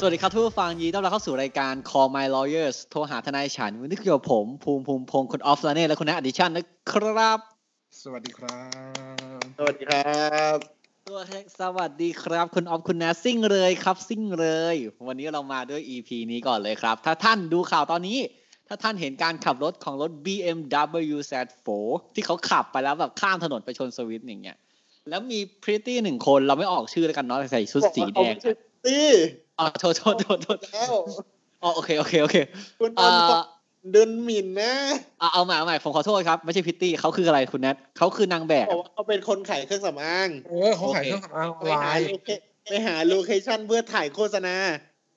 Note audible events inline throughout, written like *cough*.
สวัสดีครับทุกผู้ฟังยินดีต้อนรับเข้าสู่รายการ Call My Lawyers โทรหาทนายฉันวันนี้คือกับผมภูมิภูมิพงศ์คุณออฟลาเน่และคุณแอดดิชันนะครับ สวัสดีครับ สวัสดีครับ ตัวสวัสดีครับ คุณออฟคุณแนทซิ่งเลยครับซิ่งเลย วันนี้เรามาด้วย EP นี้ก่อนเลยครับ ถ้าท่านดูข่าวตอนนี้ ถ้าท่านเห็นการขับรถของรถ BMW Z4 ที่เขาขับไปแล้วแบบข้ามถนนไปชนสวิตช์อย่างเงี้ยแล้วมีพริตตี้หนึ่งคนเราไม่ออกชื่อแล้วกันเนาะแต่ใส่ชุดสีแดงอะ ตี้ อ๋อโทษโทษโทษโทษ แล้ว อ๋อโอเคโอเคโอเค คุณ อ่ ออนา เดินหมิ่นนะ อ่าเอาใหม่เอาใหม่ผมขอโทษครับ ไม่ใช่พิตตี้เขาคืออะไรคุณแนทเขาคือนางแบบ บอกว่าเขาเป็นคนขายเครื่องสำอาง เออเขาขายเครื่องสำอางออน ไป ไล หา น์ โลเคไปหาโลเคชั่นเพื่อถ่ายโฆษณา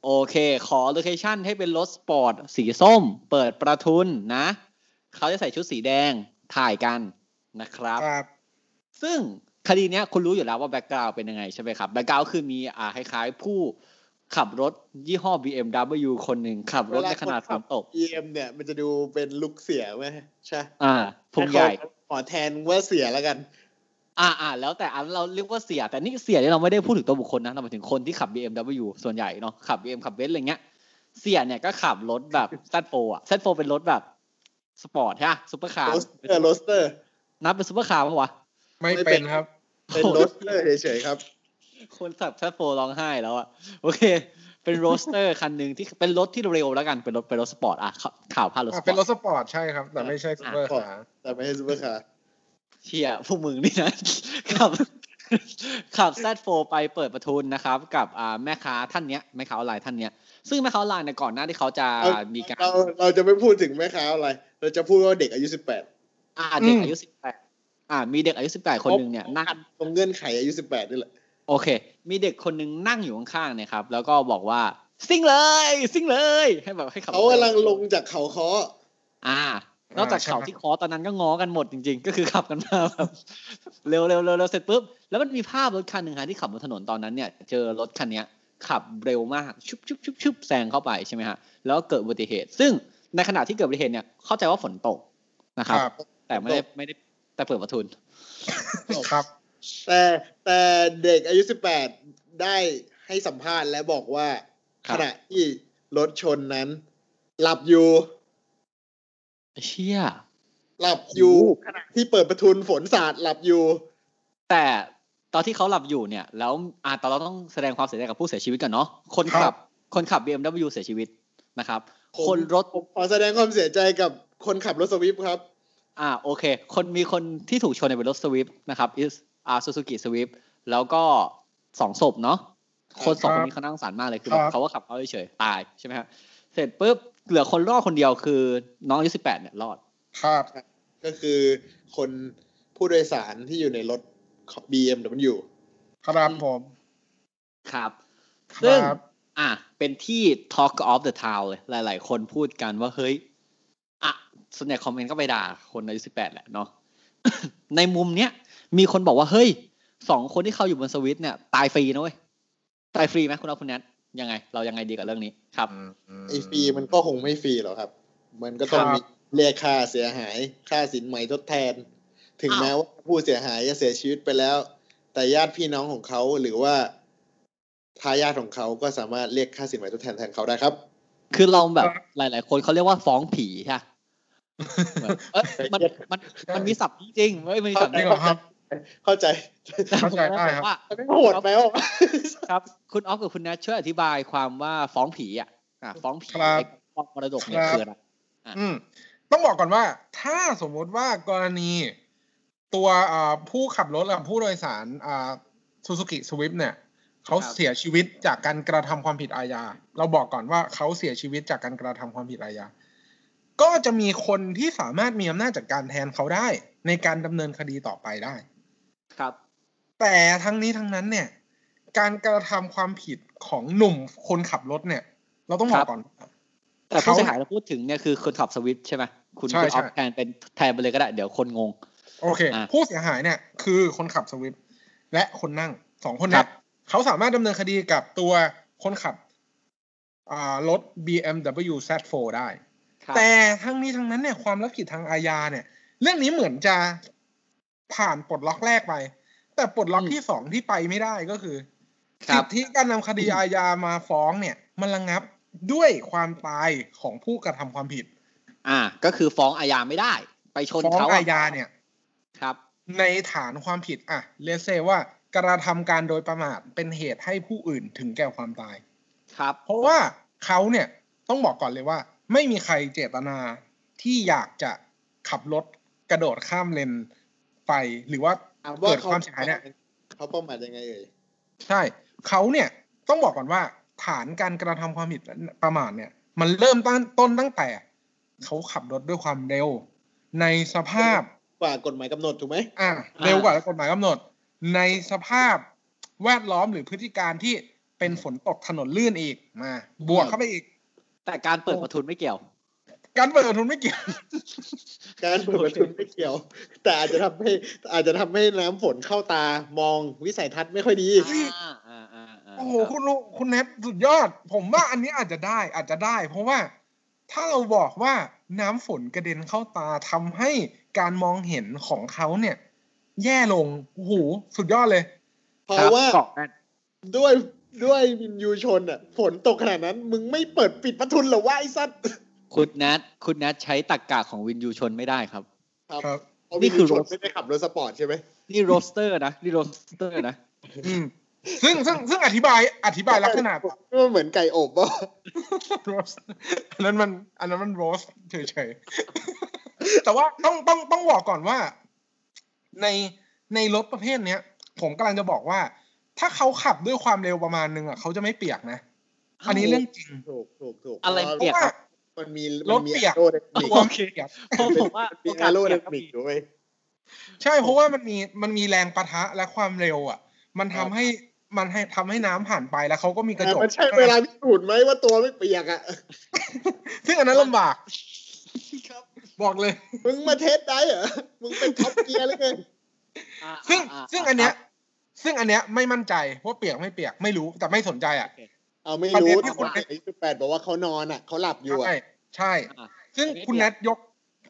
โอเค ขอโลเคชั่นให้เป็นรถสปอร์ตสีส้ม เปิดประทุนนะ เขาจะใส่ชุดสีแดงถ่ายกันนะครับ ครับ ซึ่งคดีเนี้ยคุณรู้อยู่แล้วว่าแบ็กกราวเป็นยังไงใช่ไหมครับแบ็กกราวคือมีอ่าคล้ายๆผู้ขับรถยี่ห้อ BMW คนหนึ่งขับรถในขนาดฝนตก เอ็มเนี่ย มันจะดูเป็นลุกเสียไหมใช่ อ่าพุงใหญ่ ขอแทนว่าเสียแล้วกัน อ่าอ่าแล้วแต่อันเราเรียกว่าเสีย แต่นี่เสียเนี่ยเราไม่ได้พูดถึงตัวบุคคลนะเราหมายถึงคนที่ขับ BMW ส่วนใหญ่เนาะขับ BM ขับเบนซ์อะไรเงี้ย เสียเนี่ยก็ขับรถแบบ Z4 อ่ะ Z4 เป็นรถแบบ สปอร์ตใช่ปะซุปเปอร์คาร์ โรสเตอร์โรสเตอร์ นับเป็นซุปเปอร์คาร์ปะวะ ไม่ ไม่เป็ เป็น น ครับ เป็นโรสเตอร์เฉยๆครับ คนขับ Z4 ร้องไห้แล้วอ่ะ โอเค เป็นโรสเตอร์ คันหนึ่งที่เป็นรถที่เร็วแล้วกันเป็นรถเป็นรถสปอร์ตอ่ะข่าวข่าวพาดรถส อ่ะ ป เป็นรถอร์ต สปอร์ตใช่ครับ แต่ไม่ใช่ซูเปอร์คาร์ แต่ไม่ใช่ซูเปอร์คาร์ เชียพวกมึงนี่นะ *laughs* ขับขับ Z4 ไปเปิดประทุนนะครับ กับอ่าแม่ค้าท่านเนี้ยแม่ค้าออนไลน์ท่านเนี้ยซึ่งแม่ค้าออนไลน์เนี่ยก่อนหน้าที่เขาจะมีการ เราเราจะไม่พูดถึงแม่ค้าอะไร เราจะพูดว่าเด็กอายุสิบแปด อ่าเด็กอายุสิบแปดอ่า มีเด็กอายุสิบแปดคนหนึ่งเนี่ยนั่ง ตรงเงื่อนไขอายุสิบแปดนี่แหละ โอเค มีเด็กคนหนึ่งนั่งอยู่ข้างๆเนี่ยครับ แล้วก็บอกว่าซิ่งเลยซิ่งเลยให้แบบให้ขับ เขากำลังลงจากเขาเคอ อ่านอกจากเขาที่คอตอนนั้นก็ง้อกันหมดจริง ๆ ก็คือขับกันมาแบบ *laughs* เร็วเร็วเร็วเร็วเสร็จปุ๊บแล้วมันมีภาพรถคันหนึ่งฮะที่ขับบนถนนตอนนั้นเนี่ยเจอรถคันเนี้ยขับเร็วมากชุบชุบชุบชุบแซงเข้าไปใช่ไหมฮะแล้วก็เกิดอุบัติเหตุ ซึ่งในขณะที่เกิดอุบัติเหตุเนี่ยเข้าใจว่าฝนตกนะครับ แต่ไม่ได้ไม่ได้แต่เปิดประทุน ครับ แต่แต่เด็กอายุสิบแปดได้ให้สัมภาษณ์และบอกว่า ค ข รับ ณะที่รถชนนั้น หลับอยู่ เชี่ย หลับอยู่ขณะที่เปิดประทุนฝนสาดหลับอยู่ แต่ตอนที่เขาหลับอยู่เนี่ยแล้วอ่าตอนเราต้องแสดงความเสียใจกับผู้เสียชีวิตกันเนาะคน ครั ขั บ บคนขับ BMW เสียชีวิตนะครับ ผม คนรถ ผมขอแสดงความเสียใจกับคนขับรถสวิฟครับ อ่าโอเค คนมีคนที่ถูกชนเนยเป็นรถสวิฟนะครับอ่าซูซูกิสวิฟแล้วก็สองศพเนาะคนสอง ค ครับ นนี้เขาน่าสงสารมากเลยคือ ครั แบบ บเขาก็ขับเขาเฉยๆตายใช่ไหมฮะเสร็จปุ๊บเหลือคนรอดคนเดียวคือน้องอายุสิบแปดเนี่ยรอด ครับ ก็คือคนผู้โดยสารที่อยู่ในรถ BMW ครับผม ครับ ค ซึ่ง รับ อ่ะ เป็นที่ talk of the town เลย หลาย ๆ คนพูดกันว่า เฮ้ย อ่ะ ส่วนใหญ่คอมเมนต์ก็ไปด่าคนอายุสิบแปดแหละเนาะ *coughs* ในมุมเนี้ย มีคนบอกว่า เฮ้ย สองคนที่เขาอยู่บนสวิตช์เนี่ย ตายฟรีนะเว้ย ตายฟรีไหมคุณเอาคุณแนทยังไง เรายังไงดีกับเรื่องนี้ครับ ไอฟรีมันก็คงไม่ฟรีหรอกครับ มันก็ต้อคงรับ มีเรียกค่าเสียหาย ค่าสินไหมทดแทน ถึง อ้าว แม้ว่าผู้เสียหายจะเสียชีวิตไปแล้ว แต่ญาติพี่น้องของเขาหรือว่าทายาทของเขาก็สามารถเรียกค่าสินไหมทดแทนแทนเขาได้ครับ คือเราแบบ ครับ หลาย ๆ คนเขาเรียกว่าฟ้องผีใช่ปะเหมือนเอ้ยมันมัน มันมีศัพท์จริงๆเว้ย มันมีศัพท์ นี่เหรอครับ เข้าใจ เข้าใจได้ครับ ว่า โหดไหมวะ ครับคุณออฟกับคุณแนทช่วยอธิบายความว่าฟ้องผีอ่ะอ่ะฟ้องผี ครับ ไอ้ฟ้องมรดกเนี่ย ครับ คืออะไร อ่ะ อืมต้องบอกก่อนว่า ถ้าสมมุติว่ากรณีตัวอ่าผู้ขับรถกับผู้โดยสารอ่าซูซูกิสวิฟเนี่ยเขาเสียชีวิตจากการกระทำความผิดอาญาเราบอกก่อนว่าเขาเสียชีวิตจากการกระทำความผิดอาญาก็จะมีคนที่สามารถมีอำนาจจัดการแทนเขาได้ ในการดำเนินคดีต่อไปได้ ครับ แต่ทั้งนี้ทั้งนั้นเนี่ย การกระทำความผิดของหนุ่มคนขับรถเนี่ย เราต้องบอ ครั ก บ ก่อน แต่ผู้เสียหายเราพูดถึงเนี่ยคือคนขับสวิฟต์ใช่ไหมคุณ ใช่ คุณ ใช่ ออฟแทนเป็นแทนไปเลยก็ได้ เดี๋ยวคนงง โอเค อ่ะ ผู้เสียหายเนี่ย คือคนขับสวิฟต์และคนนั่งสองคนเนี้ ครับ เขาสามารถดำเนินคดีกับตัวคนขับอ่ารถ BMW Z4 ได้ ครับ แต่ทั้งนี้ทั้งนั้นเนี่ยความรับผิดทางอาญาเนี่ย เรื่องนี้เหมือนจะผ่านปลดล็อกแรกไป แต่ปลดล็อกที่สองที่ไปไม่ได้ก็คือ ค สิ รับ ทธิการนำคดีอาญามาฟ้องเนี่ย มันระงับด้วยความตายของผู้กระทำความผิด อ่า ก็คือฟ้องอาญาไม่ได้ ไปชน ฟ้อง เขาะ อาญาเนี่ย ครับ ในฐานความผิดอ่ะเลเซว่ากระทำการโดยประมาทเป็นเหตุให้ผู้อื่นถึงแก่ความตาย ครับ เพราะว่าเขาเนี่ยต้องบอกก่อนเลยว่า ไม่มีใครเจตนาที่อยากจะขับรถกระโดดข้ามเลนไป หรือว่า ถาม เกิดความเสียหายเนี่ย เขาประมาทยังไงเอ่ย ใช่เขาเนี่ยต้องบอกก่อนว่า ฐานการกระทำความผิดประมาทเนี่ย มันเริ่มตั้งต้นตั้งแต่ เขาขับรถด้วยความเร็ว ในสภาพ ฝ่ากฎหมายกำหนดถูกไหม อ่ะ อ่า เร็วกว่ากฎหมายกำหนด ในสภาพแวดล้อมหรือพฤติการที่เป็นฝนตกถนนลื่นอีกมา บวกเข้าไปอีก แต่การเปิดประทุนไม่เกี่ยว การเปิดทุนไม่เกี่ยว การเปิดประทุนไม่เกี่ยว แต่อาจจะทำให้อาจจะทำให้น้ำฝนเข้าตามองวิสัยทัศน์ไม่ค่อยดี อ่าอ่าอ่าา โอ้โหคุณลุงคุณแนทสุดยอด ผมว่าอันนี้อาจจะได้อาจจะได้ เพราะว่าถ้าเราบอกว่าน้ำฝนกระเด็นเข้าตาทำให้การมองเห็นของเขาเนี่ย แย่ลงโอ้โหสุดยอดเลย เพราะว่า คบเกาะแน่น ด้วยด้วยมินยูชนอ่ะฝนตกขนาดนั้น มึงไม่เปิดปิดประทุนเหรอวะไอ้สัตว์ คุณแนทคุณแนทใช้ตักกะของวินยูชนไม่ได้ครับ ครับ เพราะ นี่ วิน คื ยู อ ชน รถ ไม่ได้ขับรถสปอร์ตใช่ไหม นี่โรสเตอร์นะ นี่โรสเตอร์ *laughs* นะ อืมซึ่งซึ่งซึ่งอธิบายอธิบายลักษณะ มันเหมือนไก่อบป่ะ โรสอันนั้นมันอันนั้นมันโรสเฉยๆ แต่ว่าต้องต้องต้องบอกก่อนว่า ในในรถประเภทเนี้ย ผมกำลังจะบอกว่า ถ้าเขาขับด้วยความเร็วประมาณนึงอ่ะเขาจะไม่เปียกนะ อันนี้เรื่องจริง ถูกถูกถูก อะไร พา เปียก ว่า ครับ มันมี ร มั ถ นมี เปีย แอก โรไดนามิก ตัวเปียก เพราะผมว่า มีแอกโอาส โรได เสี่ยงก็นามิ มี กด้วย ใช่เพราะว่ามันมีมันมีแรงปะทะและความเร็วอ่ะ มันทำให้มันให้ทำให้น้ำผ่านไปแล้วเขาก็มีกระ แต่ จก มันใช่เวลาพิสูจน์ไหมว่าตัวไม่เปียกอ่ะ ซึ่งอันนั้นลำบากบอกเลย มึงมาเทสได้เหรอ มึงเป็นท็อปเกียร์เลยไง อ่า ซึ่ง าา ซึ่งอันเนี้ย ซึ่งอันเนี้ยไม่มั่นใจว่าเปียกไม่เปียกไม่รู้แต่ไม่สนใจอ่ะ เอาไม่ ประเด็ รู้ นที่ ที่ ค คน นอายุสิบแปดบอกว่าเขานอนอ่ะเขาหลับอยู่อ่ะ ใช่ใช่ อ่า ซึ่ง ไม่เปียก คุณแนทยก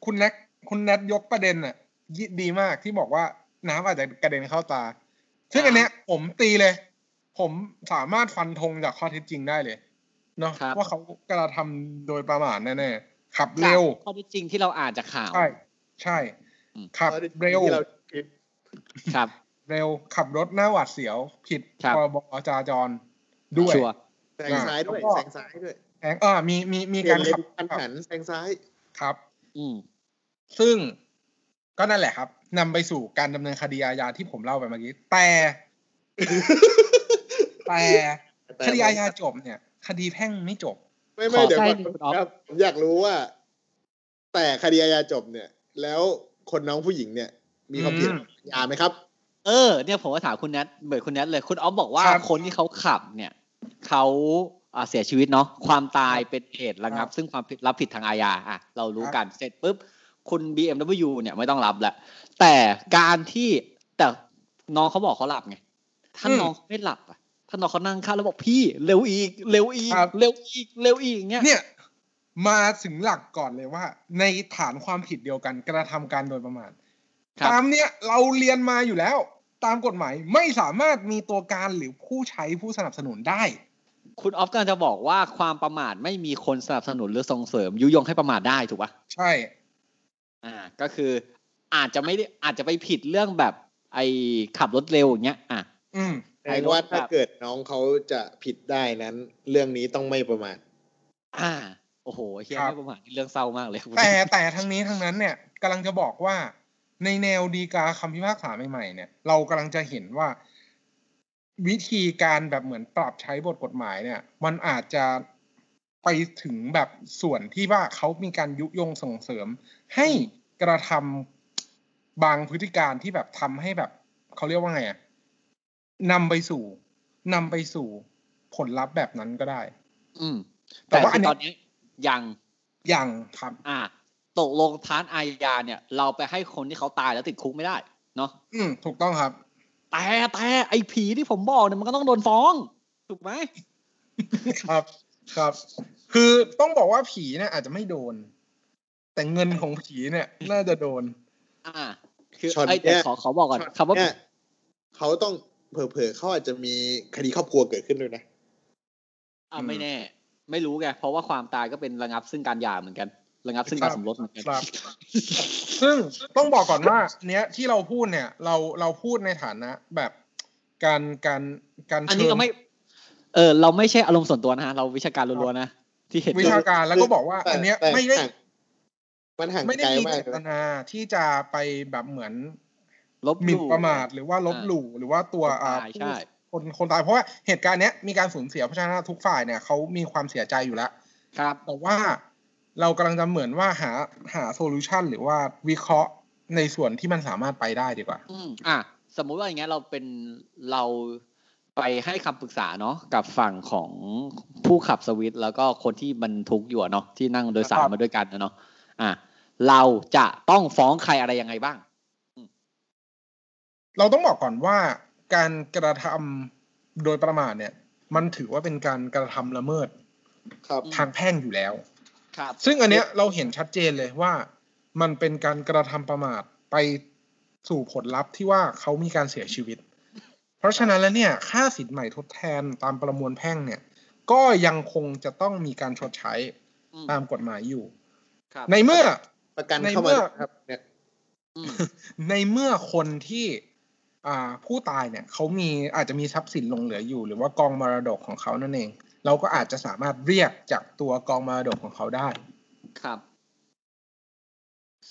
คุณแนทคุณแนทยกประเด็นอ่ะยิดีมากที่บอกว่าน้ำอาจจะกระเด็นเข้าตา ซึ่งอันเนี้ย ผมตีเลย ผมสามารถฟันธงจากข้อเท็จจริงได้เลยเนาะ ครับ ว่าเขากระทำโดยประมาทแน่ๆขับเร็ว ข้อเท็จจริงที่เราอ่านจากข่าว ใช่ ใช่ อืม ขับเร็ว ที่าคิด ครับ เร็วขับรถหน้าหวาดเสียว ผิด ครับ พรบจราจรด้วย ชัวร์ แซงซ้ายด้วย แล้วก็ แซงซ้ายด้วย แสงเออมีมีมี เปลี่ กาย น ร เล ขั น บ กระทันหันแซงซ้าย ครับ อืม ซึ่งก็นั่นแหละครับนำไปสู่การดำเนินคดีอาญาที่ผมเล่าไปเมื่อกี้ แต่ แต่ *laughs* คดีอาญาจบเนี่ย คดีแพ่งไม่จบ ไม่ ข ไม่ อ เดี๋ยว ใกล้หก่อนน่อยคุณอ๊อฟ ครับผมอยากรู้ว่า แต่คดีอาญาจบเนี่ย แล้วคนน้องผู้หญิงเนี่ย มีความผิด อืม อาญาไหมครับ เออ เนี่ยผมก็ถามคุณแนทเบิดคุณแนทเลยคุณออฟบอกว่า ครับ คนที่เขาขับเนี่ยเขาอ่าเสียชีวิตเนาะความตายเป็นเหตุระ ครั งับ บ ซึ่งความผิดรับผิดทางอาญาอ่ะเรารู้ ครับ กันเสร็จปุ๊บคุณ BMW เนี่ยไม่ต้องรับแล้วแต่การที่แต่น้องเขาบอกเขาหลับไงถ้าน้องเขาไม่หลับอ่ะถ้าน้องเขานั่งข้างแล้วบอกพี่เร็วอีก เร็วอีก เร็วอีกเร็วอีกเนี่ย เนี่ย มาถึงหลักก่อนเลยว่า ในฐานความผิดเดียวกันกระทำการโดยประมาท ครับ ตามเนี่ยเราเรียนมาอยู่แล้ว ตามกฎหมายไม่สามารถมีตัวการหรือผู้ใช้ผู้สนับสนุนได้ คุณออฟกำลังจะบอกว่าความประมาทไม่มีคนสนับสนุนหรือส่งเสริม ยุยงให้ประมาทได้ถูกปะ ใช่ อ่า ก็คืออาจจะไม่ได้อาจจะไปผิดเรื่องแบบ ไอขับรถเร็วอย่างเงี้ยอ่ะ อืม แสดงว่าถ้าเกิดน้องเขาจะผิดได้นั้น เรื่องนี้ต้องไม่ประมาท อ่า โอ้โหเฮีย ครับ ไม่ประมาทนี่เรื่องเศร้ามากเลย แต่แต่ทั้งนี้ทั้งนั้นเนี่ยกำลังจะบอกว่าในแนวดีกาคำพิพากษาใหม่ๆเนี่ย เรากำลังจะเห็นว่า วิธีการแบบเหมือนปรับใช้บทกฎหมายเนี่ย มันอาจจะไปถึงแบบส่วนที่ว่าเขามีการยุยงส่งเสริม ให้กระทำบางพฤติการที่แบบทำให้แบบเขาเรียกว่าไงอะนำไปสู่นำไปสู่ผลลัพธ์แบบนั้นก็ได้ อืม แต่ แต่ ว่าอันเนี้ยตอนนี้ยัง อย่างครับ อ่า ตกลงทานอาญาเนี่ย เราไปให้คนที่เขาตายแล้วติดคุกไม่ได้เนาะ อืมถูกต้องครับ แต่แต่ไอ้ผีที่ผมบอกเนี่ยมันก็ต้องโดนฟ้อง ถูกไหม ครับครับ คือต้องบอกว่าผีเนี่ยอาจจะไม่โดน แต่เงินของผีเนี่ย น่าจะโดน อ่า คือ ช็อต ไอ้ยแต่ เนี่ย ขอขอบอกก่อนคำว่า เนี่ยเขาต้องเผลอๆเขาอาจจะมีคดีครอบครัวเกิดขึ้นด้วยนะ อ่า อืม ไม่แน่ ไม่รู้ไงเพราะว่าความตายก็เป็นระงับซึ่งการหย่าเหมือนกัน ระงับซึ่งการสมรสเหมือนกัน ครับ ซึ่งต้องบอกก่อนว่า เนี้ยที่เราพูดเนี่ย เราเราพูดในฐานะแบบการการการ อันนี้ เชิญ เราไม่ เออ เราไม่ใช่อารมณ์ส่วนตัวนะฮะเราวิชาการล้วนๆนะที่เห็น วิชาการแล้วก็บอกว่า แต่ อันเนี้ย แต่ ไม่ได้ ห่างมันห่าง ไม่ได้ ไกล มี มาก เจต นะ นาที่จะไปแบบเหมือน ลบ ห ห มิ่น ลู่ ประมาทหรือว่าลบ อ่า หลู่หรือว่าตัวอ่า ตายใช่ คนคนตายเพราะว่าเหตุการณ์เนี้ยมีการสูญเสียเพราะฉะนั้นทุกฝ่ายเนี่ยเขามีความเสียใจอยู่แล้ว ครับ แต่ว่าเรากำลังจะเหมือนว่าหาหาโซลูชันหรือว่าวิเคราะห์ในส่วนที่มันสามารถไปได้ดีกว่า อืมอ่ะสมมุติว่าอย่างเงี้ยเราเป็นเราไปให้คำปรึกษาเนาะกับฝั่งของผู้ขับสวิตช์แล้วก็คนที่บรรทุกอยู่อะเนาะที่นั่งโดยสา ค ร รับ มาด้วยกันนะเนาะอ่ะเราจะต้องฟ้องใครอะไรยังไงบ้าง เราต้องบอกก่อนว่าการกระทำโดยประมาทเนี่ย มันถือว่าเป็นการกระทำละเมิด ครับ ทางแพ่งอยู่แล้ว ครับ ซึ่งอันเนี้ยเราเห็นชัดเจนเลยว่ามันเป็นการกระทำประมาทไปสู่ผลลัพธ์ที่ว่าเขามีการเสียชีวิต เพราะฉะนั้นแล้วเนี่ยค่าสินใหม่ทดแทนตามประมวลแพ่งเนี่ย ก็ยังคงจะต้องมีการชดใช้ อืม ตามกฎหมายอยู่ ครับ ในเมื่อ ประกัน ใน เข้า เมื่ มา อ ครับเนี่ย อืม ในเมื่อคนที่อ่าผู้ตายเนี่ยเขามีอาจจะมีทรัพย์สินหลงเหลืออยู่ หรือว่ากองมรดกของเขานั่นเอง เราก็อาจจะสามารถเรียกจากตัวกองมรดกของเขาได้ ครับ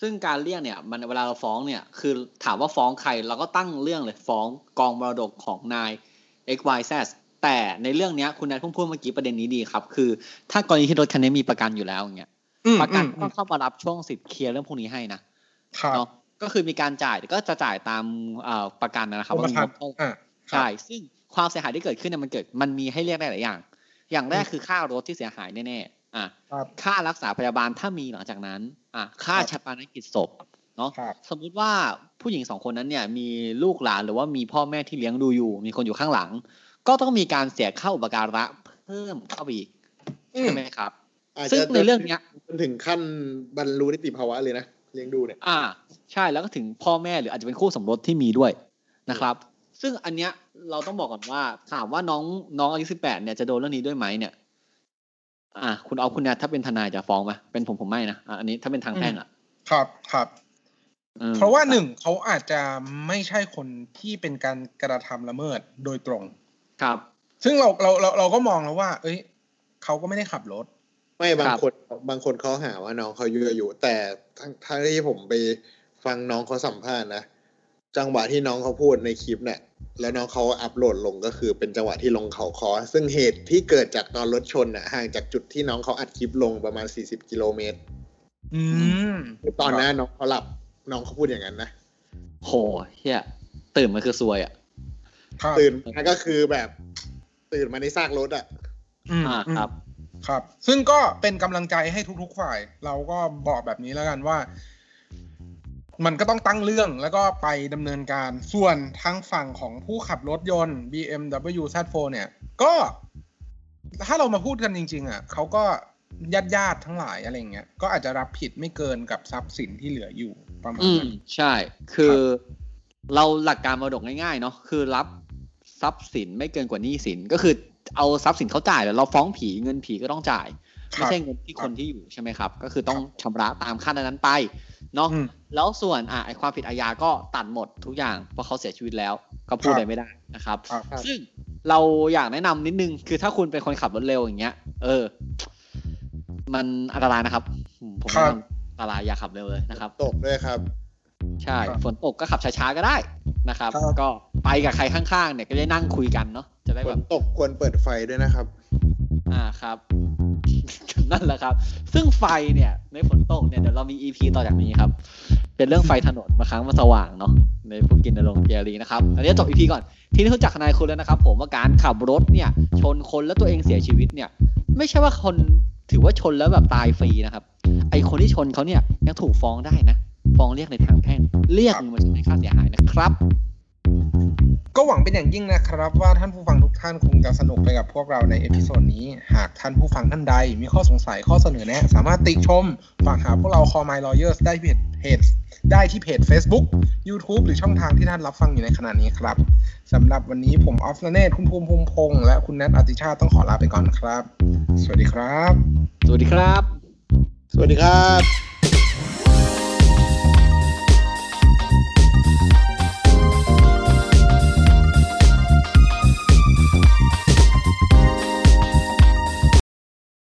ซึ่งการเรียกเนี่ย มันเวลาเราฟ้องเนี่ย คือถามว่าฟ้องใครเราก็ตั้งเรื่องเลยฟ้องกองมรดกของนาย x y z แต่ในเรื่องเนี้ยคุณนายเพุ่งพูดเมื่อกี้ประเด็นนี้ดีครับ คือ ถ้ากรณีที่รถคันนี้มีประกันอยู่แล้วอย่างเงี้ย อืม ประกัน อื ก็ ม เข้ามารับช่วงสิทธิ์เคลียร์เรื่องพวกนี้ให้นะครับ เนาะก็คือมีการจ่ายแต่ก็จะจ่ายตามเอ่อประกันนะครับ กรม ว่ามี ธรร ง ม์ บเท่า อ่า ใช่ ซึ่งความเสียหายที่เกิดขึ้นเนี่ยมันเกิด มันมีให้เรียกได้หลายอย่าง อย่างแรกคือค่ารถที่เสียหายแน่ๆ อ่ะ ครับ ค่ารักษาพยาบาลถ้ามีหลังจากนั้น อ่ะค่า ครับ ชัปนกิจศพ เนาะ ครับ สมมุติว่าผู้หญิงสองคนนั้นเนี่ยมีลูกหลานหรือว่ามีพ่อแม่ที่เลี้ยงดูอยู่ มีคนอยู่ข้างหลัง ก็ต้องมีการเสียค่าอุปการะเพิ่มเข้าไปอีก อืม ใช่ไหมครับ อาจ ซึ่ง จะ ในเรื่องเนี้ย จนถึงขั้นบรรลุนิติภาวะเลยนะเลี้ยงดูเนี่ย อ่าใช่แล้วก็ถึงพ่อแม่หรืออาจจะเป็นคู่สมรสที่มีด้วยนะครับ ซึ่งอันเนี้ยเราต้องบอกก่อนว่าถามว่าน้องน้องอายุสิบแปดเนี่ยจะโดนเรื่องนี้ด้วยไหมเนี่ย อ่า คุณเอาคุณเนี่ยถ้าเป็นทนายจะฟ้องไหมเป็นผมผมไม่นะอ่ะอันนี้ถ้าเป็นทางแพ่งอ่ะ ครับครับ อืม เพราะว่าหนึ่งเขาอาจจะไม่ใช่คนที่เป็นการกระทำละเมิดโดยตรง ครับ ซึ่งเราเราเราเราก็มองแล้วว่า เอ้ยเขาก็ไม่ได้ขับรถ ไม่บา ค ง รับ คนบางคนเขาหาว่าน้องเขายั่วยุแต่ทั้งทั้งที่ผมไปฟังน้องเขาสัมภาษณ์นะจังหวะที่น้องเขาพูดในคลิปเนี่ยแล้วน้องเขาอัพโหลดลงก็คือเป็นจังหวะที่ลงเขาคอ ซึ่งเหตุที่เกิดจากตอนรถชนน่ะห่างจากจุดที่น้องเขาอัดคลิปลงประมาณ 40 กิโลเมตร อืม คือตอนนั้นน้องเขาหลับน้องเขาพูดอย่างนั้นนะ โหเฮียตื่นมันคือซวยอ่ะ ครับ ตื่นมาก็คือแบบ ตื่นมาในซากรถอ่ะ อืม อ่า อืม ครับ ครับ ซึ่งก็เป็นกำลังใจให้ทุกๆฝ่าย เราก็บอกแบบนี้แล้วกันว่า มันก็ต้องตั้งเรื่องแล้วก็ไปดำเนินการ ส่วนทางฝั่งของผู้ขับรถยนต์ BMW Z4 เนี่ย ก็ ถ้าเรามาพูดกันจริง ๆ อ่ะ เขาก็ญาติญาติๆทั้งหลายอะไรอย่างเงี้ย ก็อาจจะรับผิดไม่เกินกับทรัพย์สินที่เหลืออยู่ประมาณ อืม นั้น ใช่ คือเราหลักการมรดกง่ายๆเนาะคือรับทรัพย์สินไม่เกินกว่าหนี้สินก็คือเอาทรัพย์สินเขาจ่ายแล้วเราฟ้องผีเงินผีก็ต้องจ่าย ครับ ไม่ใช่เงินที่คนที่อยู่ใช่ไหมครับ ก็คือต้องชำระตามขั้นนั้นๆไปเนาะ อืม แล้วส่วนอ่ะไอความผิดอาญาก็ตัดหมดทุกอย่างเพราะเขาเสียชีวิตแล้วก็พูด ครับ อะไรไม่ได้นะครับ ครับ ซึ่งเราอยากแนะนำนิดนึง คือถ้าคุณเป็นคนขับรถเร็วอย่างเงี้ย เออ มันอันตรายนะครับผม ครับแนะนำอันตรายอย่าขับเร็วเลยนะครับ ตกด้วยครับ ใช่ ครับ ฝนตกก็ขับช้าๆก็ได้นะครับ ครับ ก็ไปกับใครข้างๆเนี่ยก็ได้นั่งคุยกันเนาะจะได้ ฝ แบ น บ ตกควรเปิดไฟด้วยนะครับ อ่าครับ *laughs* นั่นแหละครับ ซึ่งไฟเนี่ย ในฝนตกเนี่ยเดี๋ยวเรามี EP ต่อจากนี้ครับ เป็นเรื่องไฟถนนบางครั้งมันสว่างเนาะในพวกกินในโรงเจรีนะครับอันนี้จบ EP ก่อน ทีนี้รู้จักนายคุณแล้วนะครับ ผมว่าการขับรถเนี่ย ชนคนแล้วตัวเองเสียชีวิตเนี่ย ไม่ใช่ว่าคน ถือว่าชนแล้วแบบตายฟรีนะครับ ไอคนที่ชนเขาเนี่ยยังถูกฟ้องได้นะ ฟ้องเรียกในทางแพ่ง เรียกเงินมาชดใช้ค่าเสียหายนะครับ ก็หวังเป็นอย่างยิ่งนะครับ ว่าท่านผู้ฟังทุกท่านคงจะสนุกไปกับพวกเราในเอพิโซดนี้ หากท่านผู้ฟังท่านใด มีข้อสงสัยข้อเสนอแนะ สามารถติชม ฝากหาพวกเรา Call My Lawyers ได้เพจเพจได้ที่เพจ Facebook YouTube หรือช่องทางที่ท่านรับฟังอยู่ในขณะนี้ครับสำหรับวันนี้ผมออฟละเนตคุณภูมิภูมิพงษ์และคุณแนทอติชาติต้องขอลาไปก่อนครับ สวัสดีครับ สวัสดีครับ สวัสดีครับ